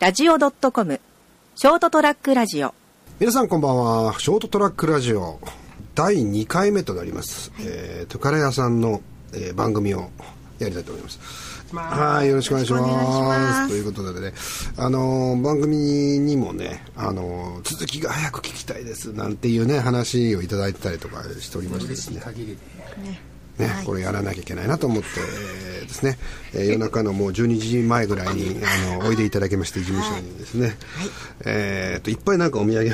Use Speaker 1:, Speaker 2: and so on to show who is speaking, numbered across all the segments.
Speaker 1: ST-radio.com ショートトラックラジオ
Speaker 2: 皆さんこんばんはショートトラックラジオ第2回目となります、えートゥカラヤさんの、えー番組をやりたいと思いますはいよろしくお願いします
Speaker 1: よろしくお願いします
Speaker 2: ということでねあのー番組にもねあのー続きが早く聞きたいですなんていうね話をいただいてたりとかしておりましてで
Speaker 3: 嬉
Speaker 2: す
Speaker 3: しい
Speaker 2: ね
Speaker 3: 限りで
Speaker 2: ね、これやらなきゃいけないなと思って、えーですね、えー夜中のもう12時前ぐらいにあのおいでいただきまして事務所にですね、えーっといっぱいなんかお土産を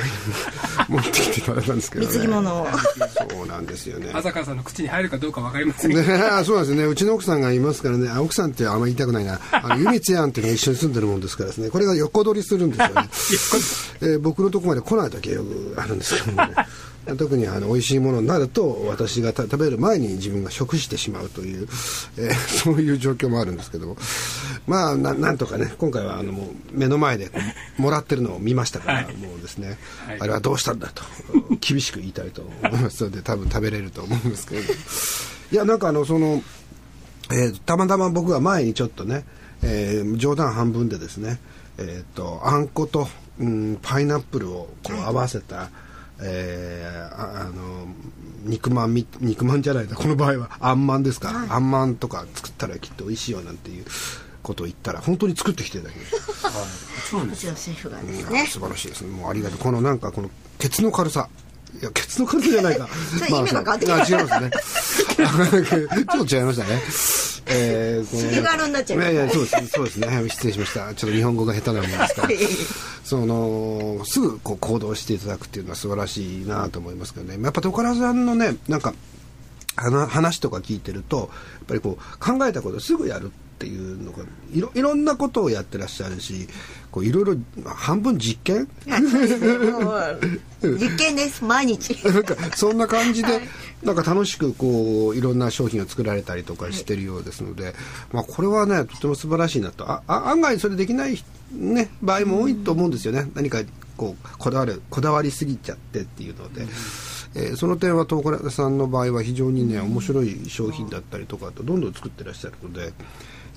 Speaker 2: 持ってきていただいたんですけどね
Speaker 1: 貢ぎ物を
Speaker 2: そうなんですよね
Speaker 3: 朝川さんの口に入るかどうか分かりません
Speaker 2: ね
Speaker 3: が
Speaker 2: あそうなんですねうちの奥さんがいますからねあ奥さんってあんまり言いたくないな あのゆみつやんっていうのが一緒に住んでるもんですからですねこれが 横取りするんですよね、えー僕のとこまで来ない時はよくあるんですけど もね特にあの美味しいものになると私がた食べる前に自分が食してしまうという、えーそういう状況もあるんですけどもまあななんとかね今回はあのもう目の前でこうもらってるのを見ましたから、もうですね、
Speaker 3: はい
Speaker 2: あれはどうしたんだと 厳しく言いたいと思いますの で多分食べれると思うんですけれどいやなんかあのその、えーたまたま僕は前にちょっとね、えー冗談半分でですねえーっとあんこと、うん、パイナップルをこう合わせた、えーああの肉まんみ肉まんじゃないなこの場合はあんまんですか、あんまんとか作ったらきっと美味しいよなんていうことを言ったら本当に作ってきてるだけです
Speaker 3: そうなんで
Speaker 1: うちのシェフがで
Speaker 2: いや
Speaker 1: すね
Speaker 2: 素晴らしいですねもうありがとうこのなんかこのケツの軽さいやケツの軽さじゃないか
Speaker 1: それ意味が変わってくる
Speaker 2: あそうあ違いますねちょっと違いました ねえー、この
Speaker 1: ひげがあるになっちゃいました
Speaker 2: やいやそうですそうですね失礼しましたちょっと日本語が下手なもんですからそのすぐこう行動していただくっていうのは素晴らしいなと思いますけどねやっぱトカラさんのねなんか話話とか聞いてるとやっぱりこう考えたことをすぐやるっていうのがいろいろんなことをやってらっしゃるしこういろいろまあ半分実験
Speaker 1: もう実験です毎日
Speaker 2: なんかそんな感じで、なんか楽しくこういろんな商品を作られたりとかしてるようですので、まあ、これはねとても素晴らしいなとああ案外それできない、ね、場合も多いと思うんですよね、何かこうこだわるこだわりすぎちゃってっていうので。えーその点は東倉さんの場合は非常にね面白い商品だったりとかとどんどん作ってらっしゃるので、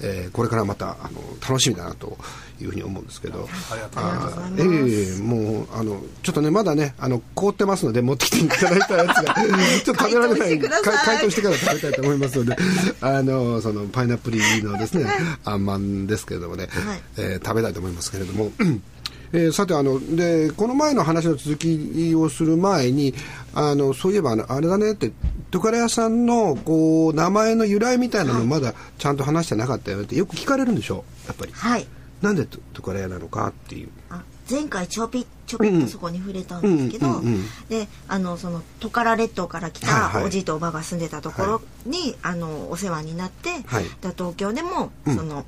Speaker 2: えーこれからまたあの楽しみだなというふうに思うんですけど
Speaker 3: ありがとうございます
Speaker 2: あええもうあのちょっとねまだねあの凍ってますので持ってきていただいたやつ がちょっと食べられない
Speaker 1: 解凍してください
Speaker 2: か解凍してから食べたいと思いますので あのそのパイナップル入りのですねあんまんですけれどもね、えー食べたいと思いますけれども。えーさてあのでこの前の話の続きをする前にあのそういえばあのあれだねってトカレ屋さんのこう名前の由来みたいなのまだちゃんと話してなかったよねってよく聞かれるんでしょやっぱり
Speaker 1: はい
Speaker 2: なんでトトカレ屋なのかっていう
Speaker 1: あ前回ちょぴちょぴっとそこに触れたんですけど、
Speaker 2: うんうんうんうん
Speaker 1: であのそのトカラ列島から来
Speaker 2: はいは
Speaker 1: た
Speaker 2: い
Speaker 1: おじいとおばが住んでたところに、あのお世話になって、
Speaker 2: はい
Speaker 1: だ東京でも、
Speaker 2: うん
Speaker 1: その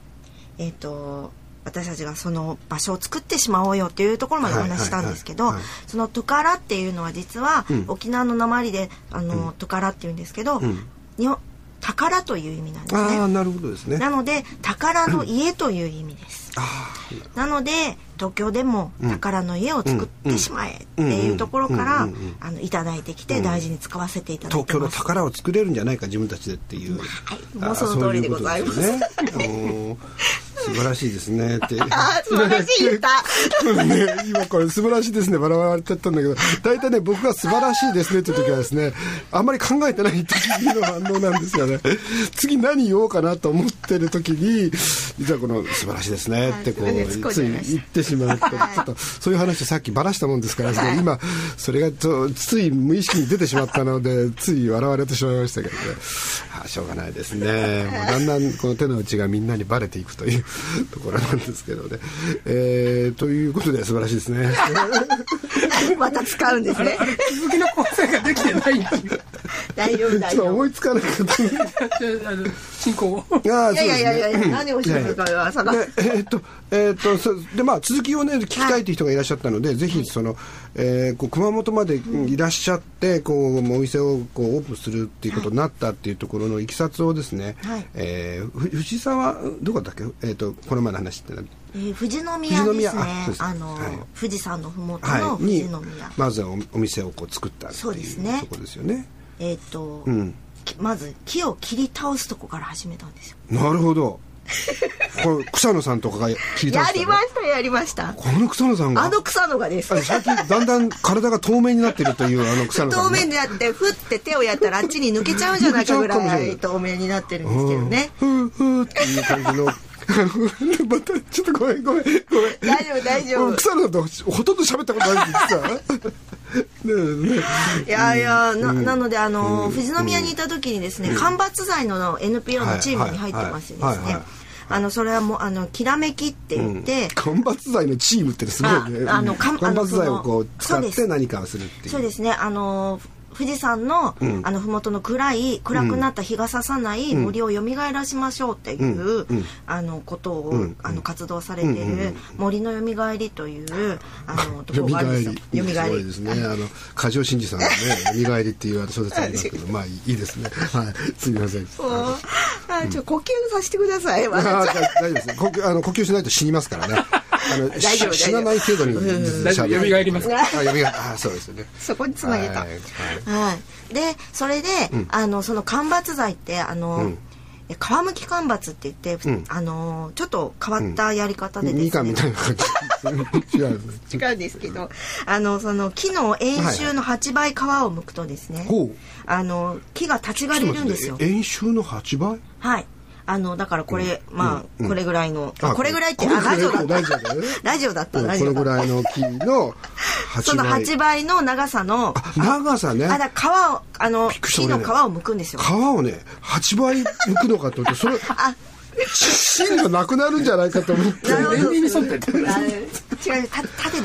Speaker 1: えっ、と私たちがその場所を作ってしまおうよっていうところまでお話ししたんですけど、
Speaker 2: はいはいはい
Speaker 1: そのトカラっていうのは実は、
Speaker 2: うん
Speaker 1: 沖縄の訛りであの、トカラっていうんですけど、
Speaker 2: ん
Speaker 1: 日本宝という意味なんです
Speaker 2: ああ
Speaker 1: ね。
Speaker 2: なるほどですね
Speaker 1: なので宝の家という意味です。
Speaker 2: あー
Speaker 1: なので東京でも宝の家を作ってしまえっていうところから
Speaker 2: うんうんうんうん
Speaker 1: あのいただいてきて大事に使わせていただい
Speaker 2: 東
Speaker 1: て
Speaker 2: 京の
Speaker 1: ます。
Speaker 2: 宝を作れるんじゃないか自分たちでっていう、
Speaker 1: はい
Speaker 2: あ
Speaker 1: もうその通りでございます
Speaker 2: そううことですよねあのー素晴らしいです ねって
Speaker 1: あ素晴らしい歌。
Speaker 2: ね、今これ素晴らしいですね笑われちゃったんだけど大体ね僕が素晴らしいですねっていう時はですねあんまり考えてない時の反応なんですよね次何言おうかなと思ってる時に実はこの「素晴らしいですね」ってこ
Speaker 1: はい突っ込
Speaker 2: うんつ
Speaker 1: じゃ
Speaker 2: い
Speaker 1: いました
Speaker 2: 言ってしまうとちょっとそういう話をさっきばらしたもんですからですね今それがちょつい無意識に出てしまったの でつい笑われてしまいましたけどねあしょうがないですね もうだんだんこの手の内がみんなにバレていくというところなんですけどね、えーということで素晴らしいですね
Speaker 1: また使うんですね。
Speaker 3: 続きの構成ができてないんだじ
Speaker 1: 大丈 夫
Speaker 2: ちょっ
Speaker 1: 大
Speaker 2: と
Speaker 1: 丈夫。
Speaker 2: 思いつかなか った
Speaker 3: ゃああの進行を
Speaker 2: ああ
Speaker 1: いやいやいやいや、何をして
Speaker 2: いやい
Speaker 1: る
Speaker 2: や
Speaker 1: かはさが。
Speaker 2: でえーっと、えーっと、そうで、まあ、続きをね、聞きたいという人がいらっしゃったので、ぜひ、その、えーこう、熊本までいらっしゃって、こう、お店を、こう、オープンするっていうことになったっていうところのいきさつをですね、
Speaker 1: はい
Speaker 2: えーふ藤沢、どこだったっけえーっと、この前の話ってな
Speaker 1: えー富士宮
Speaker 2: 富士
Speaker 1: で
Speaker 2: 宮
Speaker 1: すね
Speaker 2: あそうで。す
Speaker 1: あの
Speaker 2: はい
Speaker 1: 富士山のふもとの
Speaker 2: はい、
Speaker 1: 富士
Speaker 2: に
Speaker 1: 宮。、
Speaker 2: まずはおお店をこう作ったって
Speaker 1: そうで
Speaker 2: い
Speaker 1: すね
Speaker 2: うところですよね。
Speaker 1: えっと
Speaker 2: うん
Speaker 1: きまず木を切り倒すとこから始めたんですよ。
Speaker 2: なるほど。これ草野さんとかが聞いた
Speaker 1: や
Speaker 2: んです
Speaker 1: り
Speaker 2: よね
Speaker 1: ましたやりました
Speaker 2: この草野さんが
Speaker 1: あの草野がです
Speaker 2: あ最近だんだん体が透明になってるというあの草野さ
Speaker 1: 透
Speaker 2: ん、ね、
Speaker 1: 明になってふって手をやったらあっちに抜けちゃうんじゃないかぐ
Speaker 2: 抜けちゃうかも
Speaker 1: ら
Speaker 2: しれない
Speaker 1: い透明になってるんですけどね
Speaker 2: ふうふうっていう感じの またちょっとごめんごめんごめん
Speaker 1: 大丈夫大丈夫
Speaker 2: 草野とほとんど喋ったことないん ですよねえね
Speaker 1: いやいやななのであの富士宮にいた時にですね間伐材の NPO のチームに入ってましてで
Speaker 2: はい
Speaker 1: す
Speaker 2: はいはいは
Speaker 1: ね
Speaker 2: い
Speaker 1: あのそれはもうあのきらめきって言って
Speaker 2: 間伐材のチームってすごいね
Speaker 1: ああの
Speaker 2: うん
Speaker 1: かん
Speaker 2: 間伐材をこう使っ
Speaker 1: あのそのそうで
Speaker 2: て
Speaker 1: す
Speaker 2: 何かをするっていう
Speaker 1: そうですねあの富士山の,、あの麓の暗い暗くなった日が差さない森を蘇らしましょうっていう、
Speaker 2: うんうん
Speaker 1: あのことを、
Speaker 2: うん
Speaker 1: あの活動されている森の蘇りというあのとこ
Speaker 2: よ
Speaker 1: ろ
Speaker 2: み
Speaker 1: がある
Speaker 2: がえり
Speaker 1: んですよ。
Speaker 2: すごいですねあの梶尾真二さんのね 「よみがえり」っていうあの小説ありますけどまあいいですねはいすみません
Speaker 1: そうあちょっと呼吸させてください。
Speaker 2: あー
Speaker 1: 私
Speaker 2: だ大丈夫です呼吸あの呼吸しないと死にますからねあの
Speaker 1: 丈夫 大丈夫
Speaker 2: し死なない程度にず
Speaker 3: 大丈夫蘇ります
Speaker 2: あ蘇りあそうですよね
Speaker 1: そこにつなげ
Speaker 2: は
Speaker 1: た。はいい。
Speaker 2: はい
Speaker 1: でそれで、あのその間伐材ってあの、
Speaker 2: ん
Speaker 1: え皮むき間伐って言って、
Speaker 2: うん
Speaker 1: あのちょっと変わったやり方でですね、
Speaker 2: みかんみたいな感じ違う
Speaker 1: 違うんですけど、 あのその木の円周の8倍皮を剥くとですね、
Speaker 2: ほう
Speaker 1: あの木が立ち枯れるんですよ。
Speaker 2: 円周の8倍
Speaker 1: はい。あのだからこれ、まあ、これぐらいの、
Speaker 2: あ
Speaker 1: これぐらいって
Speaker 2: これ
Speaker 1: あラジオだ
Speaker 2: これ
Speaker 1: っ
Speaker 2: ラジ
Speaker 1: た
Speaker 2: オだよね
Speaker 1: ラジオだった
Speaker 2: うん
Speaker 1: ラ
Speaker 2: こ
Speaker 1: ジ
Speaker 2: の
Speaker 1: オ
Speaker 2: ぐ
Speaker 1: だっ
Speaker 2: らいの木の
Speaker 1: た。そ
Speaker 2: 8
Speaker 1: の
Speaker 2: 倍
Speaker 1: 8倍の長さの
Speaker 2: あ長さね
Speaker 1: あだから皮をあの
Speaker 2: くりした
Speaker 1: 木の皮を剥くんですよ。
Speaker 2: 皮をね8倍剥くのかと思ってそれ
Speaker 1: あ
Speaker 2: 芯がなくなるんじゃないかと思って
Speaker 1: なるほど。
Speaker 3: 年に沿って
Speaker 1: あ 違うた縦ですよね。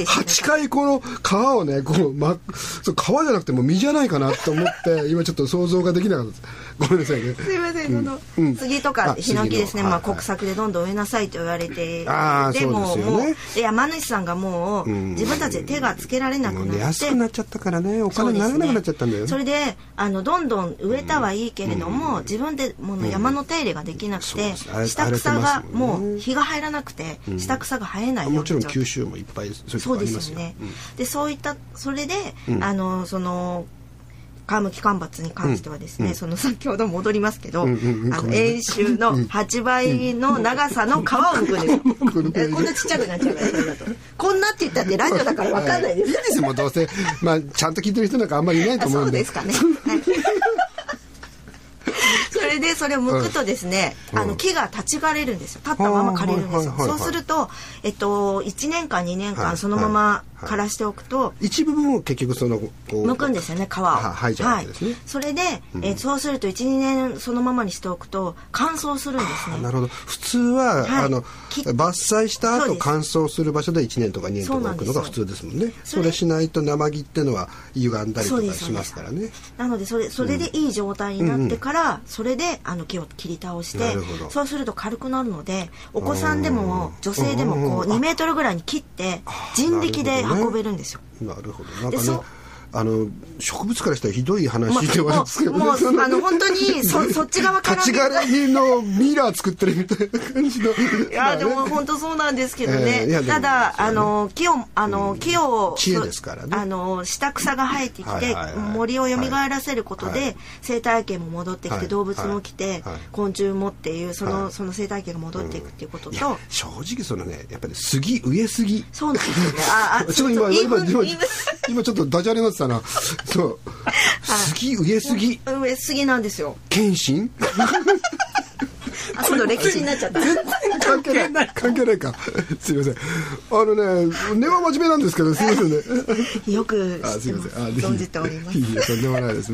Speaker 2: 8回この皮をねこう、ま、そう皮じゃなくてもう実じゃないかなと思 って今ちょっと想像ができなかったですごめんなさいね
Speaker 1: すいません、その、
Speaker 2: うん
Speaker 1: 杉と
Speaker 2: あ
Speaker 1: かヒノキです
Speaker 2: 杉
Speaker 1: ね、
Speaker 2: の
Speaker 1: ま
Speaker 2: は
Speaker 1: あ、
Speaker 2: いはい
Speaker 1: 国策でどんどん植えなさいと言われて
Speaker 2: あー
Speaker 1: でも
Speaker 2: そうで
Speaker 1: う
Speaker 2: すよね
Speaker 1: もうで山主さんがもう、
Speaker 2: ん
Speaker 1: 自分たちで手がつけられな
Speaker 2: も
Speaker 1: くな
Speaker 2: う
Speaker 1: って、
Speaker 2: ね安くなっちゃったからねお金にならなくなっちゃったんだよね
Speaker 1: それであのどんどん植えたはいいけれども、自分でもの山の手入れができなく
Speaker 2: そう
Speaker 1: て、
Speaker 2: ですあれ
Speaker 1: 下草が
Speaker 2: 荒れてますもんね
Speaker 1: もう日が入らなくて、下草が生えないよう
Speaker 2: も
Speaker 1: な
Speaker 2: ちろん
Speaker 1: 状態
Speaker 2: 九州もいっぱいそういうと
Speaker 1: そ
Speaker 2: こ
Speaker 1: う
Speaker 2: あ
Speaker 1: で
Speaker 2: りますす
Speaker 1: よ
Speaker 2: よ
Speaker 1: ね。でそういったそれで、あのその皮むき干ばつに関してはですね、その先ほど戻りますけど、
Speaker 2: んうんうん
Speaker 1: あ
Speaker 2: ごめ
Speaker 1: の
Speaker 2: んね
Speaker 1: 円周の8倍の長さの皮を剥くんですよ。
Speaker 2: のぐらいで
Speaker 1: えこんなちっちゃくなっちゃうからだと。こんなって言ったってラジオだからわかんないで。
Speaker 2: いいですすもうどうせ、まあ、ちゃんと聞いてる人なんかあんまりいないと
Speaker 1: あ
Speaker 2: 思
Speaker 1: そううん
Speaker 2: で
Speaker 1: ですかね。はい。それでそれを剥くとですね、あの木が立ち枯れるんですよ。立ったまま枯れるんですよ
Speaker 2: は。いはいはいは
Speaker 1: そ
Speaker 2: いう
Speaker 1: するとえっと1年間2年
Speaker 2: はい
Speaker 1: 間そのまま枯らしておくと。
Speaker 2: 一部分を結局そのこう
Speaker 1: 剥くんですよね皮を
Speaker 2: は剥いちゃうわけですね
Speaker 1: それで、えーそうすると12年そのままにしておくと乾燥するんです
Speaker 2: あ
Speaker 1: ね
Speaker 2: なるほど普通は、
Speaker 1: はい
Speaker 2: あの
Speaker 1: 切っ
Speaker 2: 伐採した後
Speaker 1: そうです
Speaker 2: 乾燥する場所で1年とか2年と
Speaker 1: そう
Speaker 2: か
Speaker 1: なん
Speaker 2: 置くの
Speaker 1: ですよ
Speaker 2: が普通ですもんねそ
Speaker 1: それ
Speaker 2: れしないと生木ってのは歪んだりと
Speaker 1: そう
Speaker 2: か
Speaker 1: です
Speaker 2: しますからね
Speaker 1: なのでそれそれでいい状態になってから、それであの木を切り倒し
Speaker 2: な
Speaker 1: て
Speaker 2: るほど
Speaker 1: そうすると軽くなるのでお子さんでも女性で
Speaker 2: うん
Speaker 1: も
Speaker 2: う
Speaker 1: こ
Speaker 2: ん
Speaker 1: う2メートルぐらいに切って
Speaker 2: あ
Speaker 1: 人力で
Speaker 2: なるほどね
Speaker 1: 運べるんですよ。
Speaker 2: なるほどなん
Speaker 1: で
Speaker 2: かね
Speaker 1: そ
Speaker 2: あの植物からしたらひどい
Speaker 1: も
Speaker 2: 話で
Speaker 1: う
Speaker 2: はあるんですけどね
Speaker 1: もう
Speaker 2: その
Speaker 1: あの 本当にそそっち側から
Speaker 2: 立ち枯れのミラー作ってるみたいな感じの
Speaker 1: いやでも本当そうなんですけど
Speaker 2: え
Speaker 1: ね、
Speaker 2: えいやでも
Speaker 1: ただ、
Speaker 2: そうね
Speaker 1: あの木をあの、木を
Speaker 2: 知恵ですからね
Speaker 1: あの下草が生えてきて、
Speaker 2: はいはいはい
Speaker 1: 森を蘇らせることで、
Speaker 2: はい
Speaker 1: 生態系も戻ってきて、
Speaker 2: はい
Speaker 1: 動物も来て、
Speaker 2: はい
Speaker 1: 昆虫もっていうその,、
Speaker 2: はい
Speaker 1: その生態系が戻っていくっていうこと
Speaker 2: い
Speaker 1: と、
Speaker 2: や正直そのねやっぱり杉植えすぎ
Speaker 1: そうなんですよねあ あ
Speaker 2: ちょっと今
Speaker 1: 言い
Speaker 2: 今
Speaker 1: 分
Speaker 2: 今
Speaker 1: 言い分
Speaker 2: 今ちょっとダジャレになってたな そう杉植えすぎ
Speaker 1: 植えすぎなんですよ
Speaker 2: 謙信
Speaker 1: あ今度歴史になっちゃった
Speaker 2: 関係ない関係ないかすいませんあのね根は真面目なんですけどすいませ んね
Speaker 1: よく
Speaker 2: あ
Speaker 1: 知っ
Speaker 2: すい
Speaker 1: て
Speaker 2: ま
Speaker 1: ま
Speaker 2: せ
Speaker 1: す
Speaker 2: んあ
Speaker 1: 存じております
Speaker 2: いえいえとんでもないです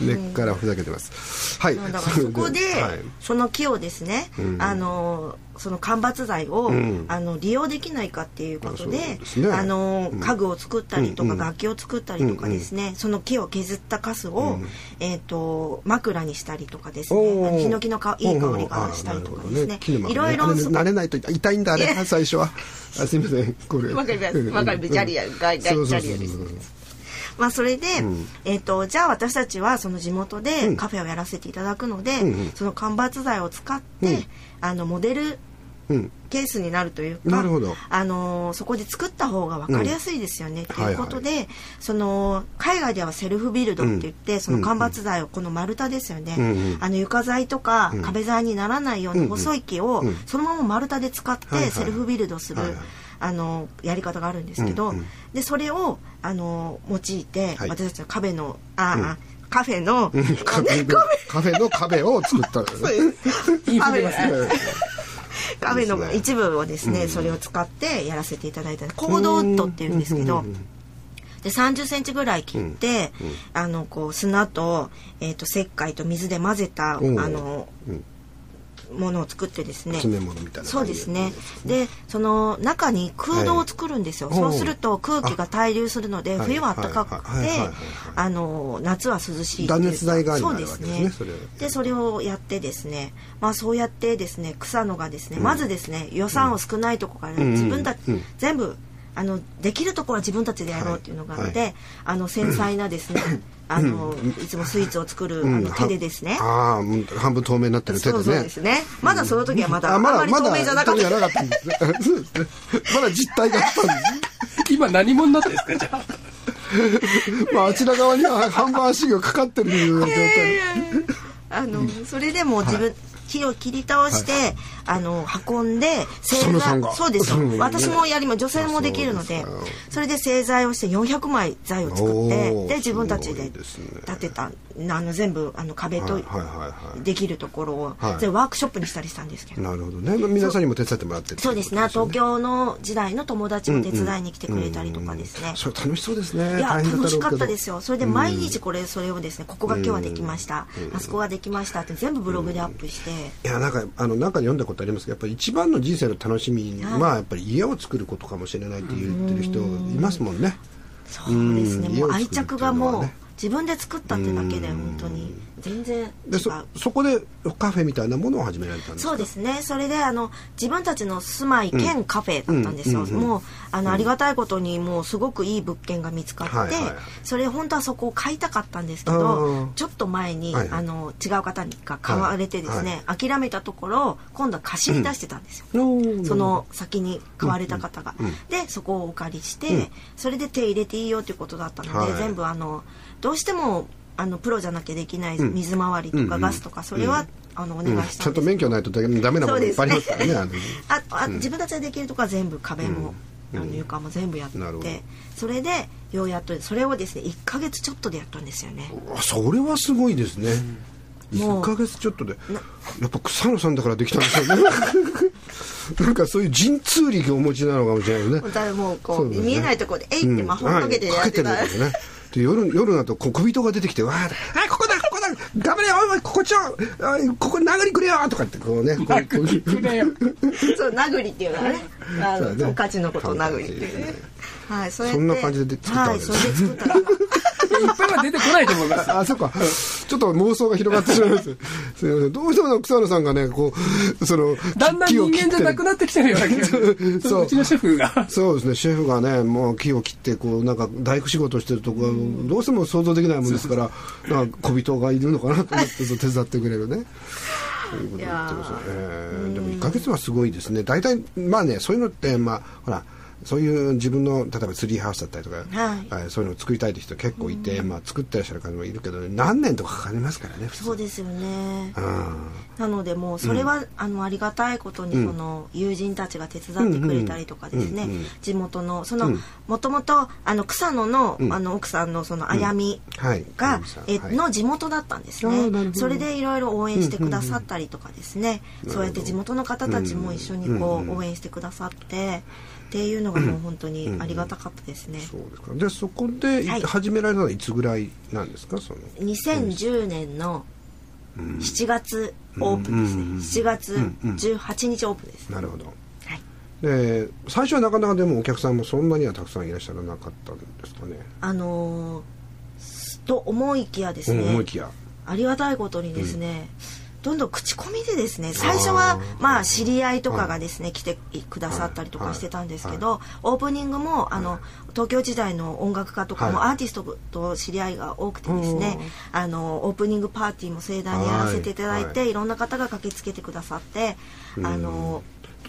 Speaker 2: 根っからふざけてますはい
Speaker 1: だからそこで
Speaker 2: はい
Speaker 1: その木をですね、あのその間伐材を、
Speaker 2: ん
Speaker 1: あの利用できないかっていうこ
Speaker 2: あそ
Speaker 1: と
Speaker 2: う
Speaker 1: で
Speaker 2: ですね
Speaker 1: あの家具を作ったりと
Speaker 2: う
Speaker 1: か
Speaker 2: ん
Speaker 1: 楽器を作ったりとかですね、その木を削ったカスを、えっと枕にしたりとかです
Speaker 2: お
Speaker 1: ね
Speaker 2: ー
Speaker 1: あのヒノキのかいい香りがしたりとかですね
Speaker 2: おーなるほど木の
Speaker 1: い
Speaker 2: 間
Speaker 1: ろい
Speaker 2: あ
Speaker 1: ろ
Speaker 2: れ
Speaker 1: そ
Speaker 2: 慣れないと痛いんだあれ最初はあすいませんこれ
Speaker 1: わかりますわかりますジャリや
Speaker 2: うん
Speaker 1: ガイガイ
Speaker 2: そうそうそう
Speaker 1: ジャリやですまあ、それで、えっとじゃあ私たちはその地元でカフェをやらせていただくので、
Speaker 2: んうん
Speaker 1: その間伐材を使って、
Speaker 2: うん
Speaker 1: あのモデル
Speaker 2: うん
Speaker 1: ケースになるというか
Speaker 2: なるほど
Speaker 1: あのーそこで作った方が分かりやすいですよね、ということで、その海外ではセルフビルドって言って、
Speaker 2: うん
Speaker 1: その間伐材をこの丸太ですよね、
Speaker 2: うんうん
Speaker 1: あの床材とか
Speaker 2: ん
Speaker 1: 壁材にならないよう
Speaker 2: うん
Speaker 1: に
Speaker 2: うん
Speaker 1: 細い木を
Speaker 2: うん
Speaker 1: そのまま丸太で使っ
Speaker 2: はいはい
Speaker 1: てセルフビルドする、
Speaker 2: はいはい
Speaker 1: あのーやり方があるんですけど、
Speaker 2: うんうん
Speaker 1: でそれをあのー用いて、
Speaker 2: はい
Speaker 1: 私たちの壁のあー、あカフェの、
Speaker 2: うんカフェのカフェの壁を作った
Speaker 1: そうです
Speaker 3: いい筆ます
Speaker 1: あ
Speaker 3: ね。
Speaker 1: れ壁
Speaker 2: いいです
Speaker 1: の
Speaker 2: ね
Speaker 1: 一部をですね、
Speaker 2: うん
Speaker 1: それを使ってやらせていただいたコードウッドっていうんですけ
Speaker 2: う
Speaker 1: ど、
Speaker 2: うん
Speaker 1: で30センチぐらい切って、あのこう砂と,、えー、と石灰と水で混ぜたあ
Speaker 2: うん
Speaker 1: の
Speaker 2: うん
Speaker 1: ものを作ってですね
Speaker 2: 詰め物みたいな
Speaker 1: そ
Speaker 2: 感
Speaker 1: う
Speaker 2: じ
Speaker 1: ですねでその中に空洞を作るんですよ、
Speaker 2: はい
Speaker 1: そうすると空気が滞留するので
Speaker 2: はい
Speaker 1: 冬は暖かく
Speaker 2: はい
Speaker 1: て
Speaker 2: はいはいはい
Speaker 1: あの夏は涼しい
Speaker 2: 断熱材がある
Speaker 1: そう
Speaker 2: わけ
Speaker 1: で
Speaker 2: です
Speaker 1: す
Speaker 2: ね
Speaker 1: ね
Speaker 2: それを
Speaker 1: でそれをやってですねまあそうやってですね草野がですね、まずですね予算を少ないとこから
Speaker 2: ん
Speaker 1: 自分たち、
Speaker 2: うんうん
Speaker 1: 全部あのできるところは自分たちでやろうっていうのがあって、
Speaker 2: は
Speaker 1: あの繊細なで すねあのいつもスイーツを作る、あの手でですね、
Speaker 2: ああー半分透明になってる手で
Speaker 1: そ
Speaker 2: ね
Speaker 1: うそうですねまだその時はまだ、
Speaker 2: あま
Speaker 1: あ
Speaker 2: だ
Speaker 1: んま
Speaker 2: まだ
Speaker 1: り透明じゃなかっ
Speaker 2: 透
Speaker 1: た
Speaker 2: 明じゃなかったんですねそうですね まだ実体があったんですね
Speaker 3: 今何者になってるんですかじゃあ。
Speaker 2: まあ、あちら側には半分足がかかってる状態、
Speaker 1: あのそれでもう自分、木を切り倒して、あの運んで
Speaker 2: そのさんが
Speaker 1: そうです
Speaker 2: うん
Speaker 1: よ私もやりも女性もできるので
Speaker 2: あ
Speaker 1: そ
Speaker 2: そうです
Speaker 1: れで製材をして400枚材を作って
Speaker 2: おー
Speaker 1: で自分た
Speaker 2: す
Speaker 1: ち
Speaker 2: ご
Speaker 1: で
Speaker 2: いですね
Speaker 1: 建てた、あの全部あの壁
Speaker 2: はいは
Speaker 1: と
Speaker 2: いはい
Speaker 1: できるところを、
Speaker 2: はい
Speaker 1: でワークショップにしたりしたんですけど。
Speaker 2: なるほどね皆さんにも手伝ってもらって
Speaker 1: そうですね東京の時代の友達も手伝いに来てくれたりとかですね、
Speaker 2: それ楽しそうですね
Speaker 1: いや
Speaker 2: 大変だったろう
Speaker 1: 楽
Speaker 2: け
Speaker 1: し
Speaker 2: ど
Speaker 1: かったですよそれで毎日これそれをですねここが今日はできましたあそこができましたって全部ブログでアップして
Speaker 2: いやなんかあのなんかで読んだことありますけどやっぱり一番の人生の楽しみは、やっぱり家を作ることかもしれないって言ってる人いますもんね
Speaker 1: そうですね
Speaker 2: うん
Speaker 1: もう
Speaker 2: 家を作る
Speaker 1: 愛
Speaker 2: っていうのはね
Speaker 1: 着がもう自分で作ったってだけで本当に全然違
Speaker 2: で
Speaker 1: う
Speaker 2: そそこでカフェみたいなものを始められたんですか
Speaker 1: そうですねそれであの自分たちの住まい兼カフェだったんですよ、
Speaker 2: うんうん
Speaker 1: もうあの、ありがたいことにもうすごくいい物件が見つかって、
Speaker 2: はいはいはい
Speaker 1: それ本当はそこを買いたかったんですけ
Speaker 2: あ
Speaker 1: ど
Speaker 2: ー
Speaker 1: ちょっと前に、
Speaker 2: はいはい
Speaker 1: あの違う方が買われてですね、諦めたところ今度は貸しに出してたんですよ、
Speaker 2: おー
Speaker 1: その先に買われた方が、でそこをお借りして、それで手入れていいよということだったので、
Speaker 2: はい
Speaker 1: 全部あのどうしてもあのプロじゃなきゃできない水回りと
Speaker 2: うんう
Speaker 1: か
Speaker 2: ん
Speaker 1: ガスとか、それは、あのお願
Speaker 2: うん
Speaker 1: いし
Speaker 2: ち
Speaker 1: た
Speaker 2: ゃ
Speaker 1: ん
Speaker 2: んと
Speaker 1: ですけ
Speaker 2: 免
Speaker 1: ど、
Speaker 2: 許ないとダメなものいっぱいありますからねあ の
Speaker 1: ああ、自分たちでできるとこは全部壁も、あの床も全部やって、
Speaker 2: なるほど
Speaker 1: それでようやっとそれをですね1ヶ月ちょっとでやったんですよね
Speaker 2: あそれはすごいですね、一
Speaker 1: もう
Speaker 2: 1か月ちょっとでやっぱ草野さんだからできたんですよね なんかそういう神通力をお持ちなのかもしれないですね
Speaker 1: 本当はもうこう
Speaker 2: そうですね
Speaker 1: 見えないところで「えい!」って魔法をかけてやってた、
Speaker 2: うんはいかけるんですねで夜夜だとこう小人が出てきて「わあ、はいここだここだ頑張れおいおいここちょおいここ殴りくれよ」とかってこうねこうこういう
Speaker 3: くれよ。
Speaker 1: そう殴りっていうのはね あ
Speaker 2: そうだね
Speaker 1: のおかちのことを殴りっていうねはいそれ
Speaker 2: そんな感じで作ったわけです
Speaker 1: はいそれで作ったのが
Speaker 3: いっぱいは出てこないと思います。
Speaker 2: あ、そっか。ちょっと妄想が広がってしまいます。すみません。どうしても草野さんがね、こう、その、
Speaker 3: だんだん
Speaker 2: 木を
Speaker 3: 人
Speaker 2: 切っ
Speaker 3: 間
Speaker 2: て
Speaker 3: じゃなくなってきてるような気がす る。
Speaker 2: そう
Speaker 3: うちのシェフが。
Speaker 2: そうですね、シェフがね、もう木を切って、こう、なんか、大工仕事をしてるとこは、どうしても想像できないもんですから、なんか、小人がいるのかなと思って、そう手伝ってくれるね。そういうことやってますね。えーでも、1ヶ月はすごいですね。大体、まあね、そういうのって、まあ、ほら、そういう自分の例えばツリーハウスだったりとか、
Speaker 1: は
Speaker 2: そういうのを作りたいって人結構いて、まあ、作ってらっしゃる方もいるけど、何年とかかかりますからね普通
Speaker 1: そうですよね
Speaker 2: うん
Speaker 1: なのでもうそれは、あのありがたいことにその友人たちが手伝ってくれたりとかですね、
Speaker 2: うんうんうん
Speaker 1: 地元のそのもともとあの草野の,、
Speaker 2: ん
Speaker 1: あの奥さんのそのあやみ
Speaker 2: はい
Speaker 1: が、
Speaker 2: うんさん
Speaker 1: え
Speaker 2: はい
Speaker 1: の地元だったんです
Speaker 2: あー
Speaker 1: ね
Speaker 2: なるほど
Speaker 1: それでいろいろ応援してくださったりとかですね、そうやって地元の方たちも一緒にこう、応援してくださってっていうのがもう本当にありがたかったですね。
Speaker 2: そうですかでそこでい
Speaker 1: はい
Speaker 2: 始められたのはいつぐらいなんですかその
Speaker 1: 2010年の7月オープンですね、
Speaker 2: うんうんうん
Speaker 1: 7月18日オープンです、
Speaker 2: なるほど
Speaker 1: はい、
Speaker 2: で最初はなかなかでもお客さんもそんなにはたくさんいらっしゃらなかったんですかね
Speaker 1: あのーすと思いきやですね、
Speaker 2: うん思いきや
Speaker 1: ありがたいことにですね、どんどん口コミでですね最初はまあ知り合いとかがですね来てくださったりとかしてたんですけどオープニングもあの東京時代の音楽家とかも
Speaker 2: はい
Speaker 1: アーティストと知り合いが多くてですねあのオープニングパーティーも盛大にやらせていただい
Speaker 2: は
Speaker 1: ていろんな方が駆けつけてくださってあの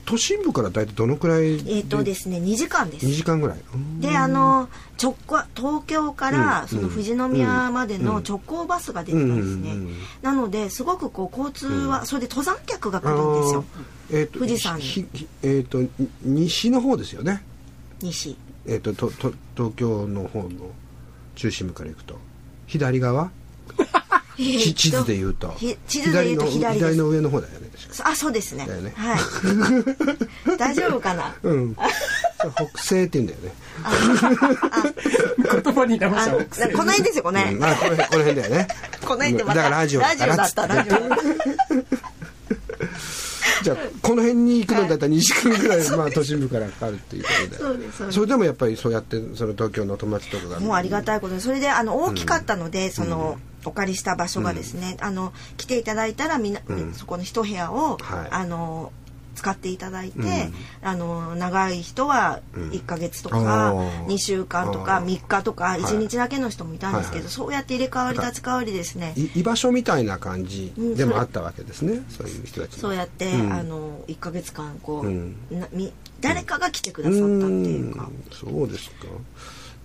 Speaker 2: 都心部から大体どのくらい
Speaker 1: えっ、とですね2時間です
Speaker 2: 2時間ぐらいうん
Speaker 1: であの直行東京から
Speaker 2: うん
Speaker 1: その富士宮までの直行バスが出てたんですね、
Speaker 2: うんうんうん
Speaker 1: なのですごくこう交通は、それで登山客が来
Speaker 2: あ
Speaker 1: るんで
Speaker 2: の
Speaker 1: すよ
Speaker 2: えーと
Speaker 1: 富士山に
Speaker 2: ひひえっとに西の方ですよね
Speaker 1: 西
Speaker 2: えっととと東京の方の中心部から行くと左側 ち地図で言うと
Speaker 1: ひ地図で言うと左で
Speaker 2: 左
Speaker 1: す
Speaker 2: の上の方だよね
Speaker 1: あそうですね
Speaker 2: だよね
Speaker 1: はい 大丈夫かな
Speaker 2: うんそう北西って言うんだよね
Speaker 3: 言葉に直
Speaker 1: あ
Speaker 3: した
Speaker 1: の
Speaker 3: ら奥さん
Speaker 1: この辺ですよこの辺、
Speaker 2: うんあこの辺この辺だよね
Speaker 1: この辺ってま
Speaker 2: だ
Speaker 1: た
Speaker 2: からラジオ
Speaker 1: ラジオだっ
Speaker 2: った
Speaker 1: た
Speaker 2: ら
Speaker 1: ラジオだった
Speaker 2: じゃあこの辺に行くのだったら2時間ぐ らいまあ都心部からかかるっていうことで
Speaker 1: そうですそうです
Speaker 2: れでもやっぱりそうやってその東京の友達とかが
Speaker 1: もうありがたいことにそれであの大きかったので、そのお借りした場所がですね、あの来ていただいたらみんな、
Speaker 2: うん
Speaker 1: そこの一部屋を、
Speaker 2: はい
Speaker 1: あの使っていただいて、
Speaker 2: うん
Speaker 1: あの長い人は
Speaker 2: ん
Speaker 1: 1ヶ月とか、
Speaker 2: おー
Speaker 1: 2週間とか
Speaker 2: あー
Speaker 1: 3日とか
Speaker 2: い
Speaker 1: 1日だけの人もいたんです
Speaker 2: は
Speaker 1: けど、
Speaker 2: いはい
Speaker 1: そうやって入れ替わり立ち替わりですね
Speaker 2: い居場所みたいな感じ
Speaker 1: うん
Speaker 2: でも
Speaker 1: それ
Speaker 2: あったわけですねそういう人たちの
Speaker 1: そうやって、
Speaker 2: うん
Speaker 1: あの1ヶ月間こう、
Speaker 2: うん
Speaker 1: なみ誰かが来てくださったっていう
Speaker 2: ー
Speaker 1: か。
Speaker 2: んそうですか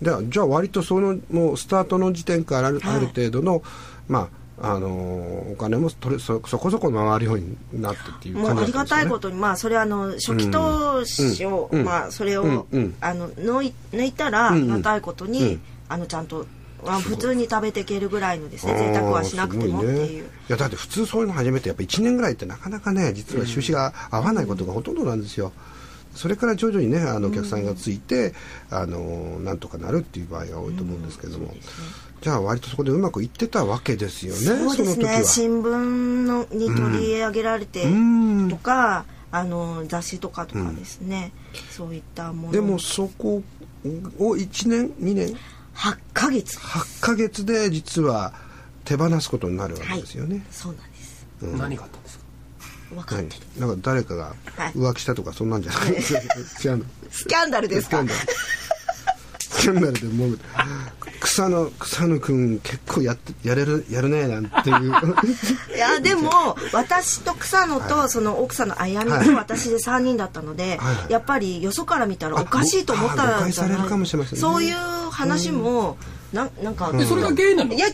Speaker 2: じゃあじゃあ割とそのもうスタートの時点からある,、
Speaker 1: はい
Speaker 2: ある程度のまああのーお金も取れそそこそこ回るようになってっていう
Speaker 1: も
Speaker 2: 感
Speaker 1: うあ
Speaker 2: じ
Speaker 1: り
Speaker 2: だ
Speaker 1: が
Speaker 2: ったんです
Speaker 1: たい
Speaker 2: ね
Speaker 1: ことに、まあ、それはあの初期投資を、
Speaker 2: うんうん
Speaker 1: まあ、それを、
Speaker 2: うんうん
Speaker 1: あの抜い抜いたら、
Speaker 2: うんうん
Speaker 1: ありがたいことに、
Speaker 2: うん
Speaker 1: あのちゃんと、あ、普通に食べていけるぐらいのですね
Speaker 2: あー
Speaker 1: 贅沢はしなくてもって
Speaker 2: すご
Speaker 1: い
Speaker 2: いうね、いやだって普通そういうの初めてやっぱ1年ぐらいってなかなかね実は収支が合わないことがほとんどなんですよ、それから徐々にねあのお客さんがついて、あのなんとかなるっていう場合が多いと思うんですけども、じゃあ割とそこでうまくいってたわけですよね
Speaker 1: そうですね
Speaker 2: その時は
Speaker 1: 新聞のに取り上げられて
Speaker 2: うん
Speaker 1: とか、あの雑誌とかとかですね、そういったもの
Speaker 2: でもそこを1年2年
Speaker 1: 8ヶ月
Speaker 2: 8ヶ月で実は手放すことになるわけですよね、
Speaker 1: そうなんです
Speaker 2: うん
Speaker 3: 何があったんですか
Speaker 1: 分かってる、
Speaker 2: 何なんか誰かが浮気したとかそんなんじゃない、違うの
Speaker 1: スキャンダルです
Speaker 2: スキャ
Speaker 1: か
Speaker 2: ンダルスキャンダルでもう草野草野君結構やってやれるやるねなんていう
Speaker 1: いやでも私と草野
Speaker 2: は
Speaker 1: とその奥さんのあやみ
Speaker 2: はい
Speaker 1: と私で3人だったので、
Speaker 2: はい
Speaker 1: やっぱりよそから見たら
Speaker 2: あ
Speaker 1: おかしいと思った
Speaker 2: ごあ誤
Speaker 1: ら
Speaker 2: 解されるかもしれませんね
Speaker 1: そういう話もななんか、
Speaker 3: でそれが原因なの
Speaker 1: いや違う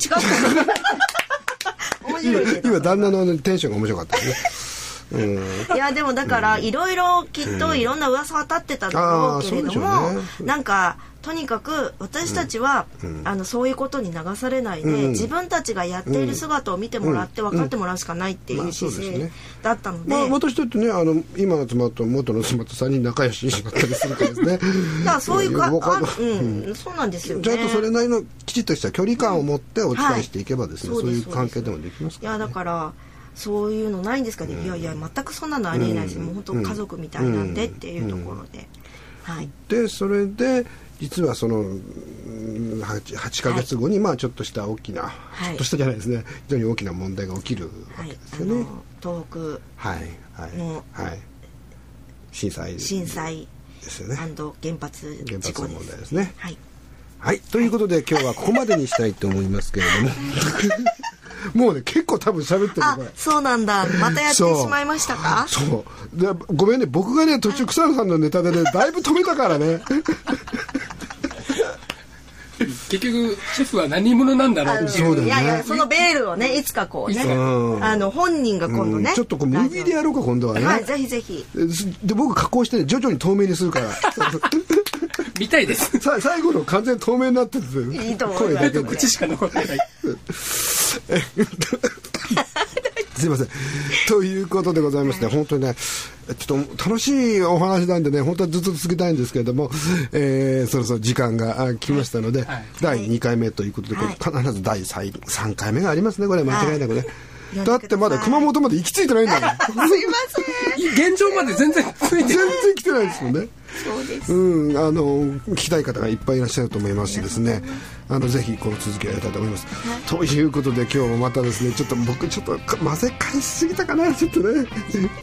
Speaker 1: 面白いね
Speaker 2: 今旦那のテンションが面白かったねうん
Speaker 1: いやでもだからいろいろきっといろんな噂は立ってただろうけれども、
Speaker 2: あーそうでしょうね
Speaker 1: なんかとにかく私たちは、あのそういうことに流されないで、
Speaker 2: うん
Speaker 1: 自分たちがやっている姿を見てもらって分かってもらうしかないってい
Speaker 2: まあ
Speaker 1: う
Speaker 2: そうで
Speaker 1: 姿
Speaker 2: すね
Speaker 1: 勢だったので。
Speaker 2: まあ、私だってねあの今の妻と元の妻と3人仲良しになったりするから ですね
Speaker 1: だからそういうか、
Speaker 2: よくわ
Speaker 1: あ
Speaker 2: かる
Speaker 1: うん、そうなんですよね。
Speaker 2: ちゃんとそれなりのきちっとした距離感を持ってお
Speaker 1: は
Speaker 2: 伝え
Speaker 1: い
Speaker 2: していけばですね、
Speaker 1: そう
Speaker 2: そう
Speaker 1: です
Speaker 2: いう関係でもできます
Speaker 1: い
Speaker 2: から、
Speaker 1: や
Speaker 2: ね、
Speaker 1: だからそういうのないんですかね、いやいや全くそんなのありえないです、もう本当家族みたいなんでっていうところで、はい
Speaker 2: でそれで実はそのうん 8, 8ヶ月後にまあちょっとした大きな、
Speaker 1: い
Speaker 2: ちょっとしたじゃないですね非常に大きな問題が起きるわ
Speaker 1: は
Speaker 2: け
Speaker 1: い
Speaker 2: です
Speaker 1: あ
Speaker 2: よね
Speaker 1: の東北
Speaker 2: はいはい
Speaker 1: の
Speaker 2: はい震災
Speaker 1: 震災
Speaker 2: ですよね
Speaker 1: 原発
Speaker 2: 原
Speaker 1: 事
Speaker 2: 発
Speaker 1: 故
Speaker 2: の
Speaker 1: で
Speaker 2: 問
Speaker 1: す
Speaker 2: 題ですね
Speaker 1: はい
Speaker 2: はいということで今日はここまでにしたいと思いますけれども もう ね結構多分喋ってる
Speaker 1: あ
Speaker 2: これ
Speaker 1: そうなんだまたやってし
Speaker 2: そう
Speaker 1: まいましたか
Speaker 2: そうでごめんね僕がね途中草野さんのネタで ねだいぶ止めたからね
Speaker 3: 結局シェフは何者なんだろうっていう
Speaker 2: そうだよね
Speaker 1: いやいやそのベールをねいつかこうね
Speaker 2: うん
Speaker 1: あの本人が今度
Speaker 2: う
Speaker 1: ね
Speaker 2: んちょっとこうムービーでやろうか今度はね、
Speaker 1: はいぜひぜひ
Speaker 2: ですで僕加工してね徐々に透明にする から
Speaker 3: みたいです
Speaker 2: さ最後の完全に透明になってて
Speaker 1: いいと思います
Speaker 2: 声
Speaker 3: 目
Speaker 2: だけ
Speaker 3: と
Speaker 2: で
Speaker 3: 口しか残ってない
Speaker 2: すいませんということでございまして、本当にねちょっと楽しいお話なんでね本当はずっと続けたいんですけれども、えーそろそろ時間があ来ましたので、
Speaker 3: はい
Speaker 2: 第2回目ということで、
Speaker 1: はい
Speaker 2: これ必ず第 3, 3回目がありますねこれ間違いなくね、
Speaker 1: はい
Speaker 2: だってまだ熊本まで行き着いてないんだもん
Speaker 1: すいません
Speaker 3: 現状まで全然ついて
Speaker 2: 全
Speaker 3: ない
Speaker 2: 然来てないですもんね
Speaker 1: そうです
Speaker 2: うん、あの聞きたい方がいっぱいいらっしゃると思いますしですねあのぜひこの続きをやりたいと思います、ということで今日もまたですねちょっと僕ちょっとか混ぜ返しすぎたかなちょっとね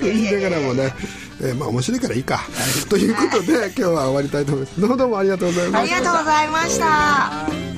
Speaker 2: 言いながらも ね、えーまあ面白いからいいかということで今日は終わりたいと思いますどうもどうもありがとうございま
Speaker 1: あ
Speaker 2: し
Speaker 1: り
Speaker 2: た
Speaker 1: がとうございました。
Speaker 4: 「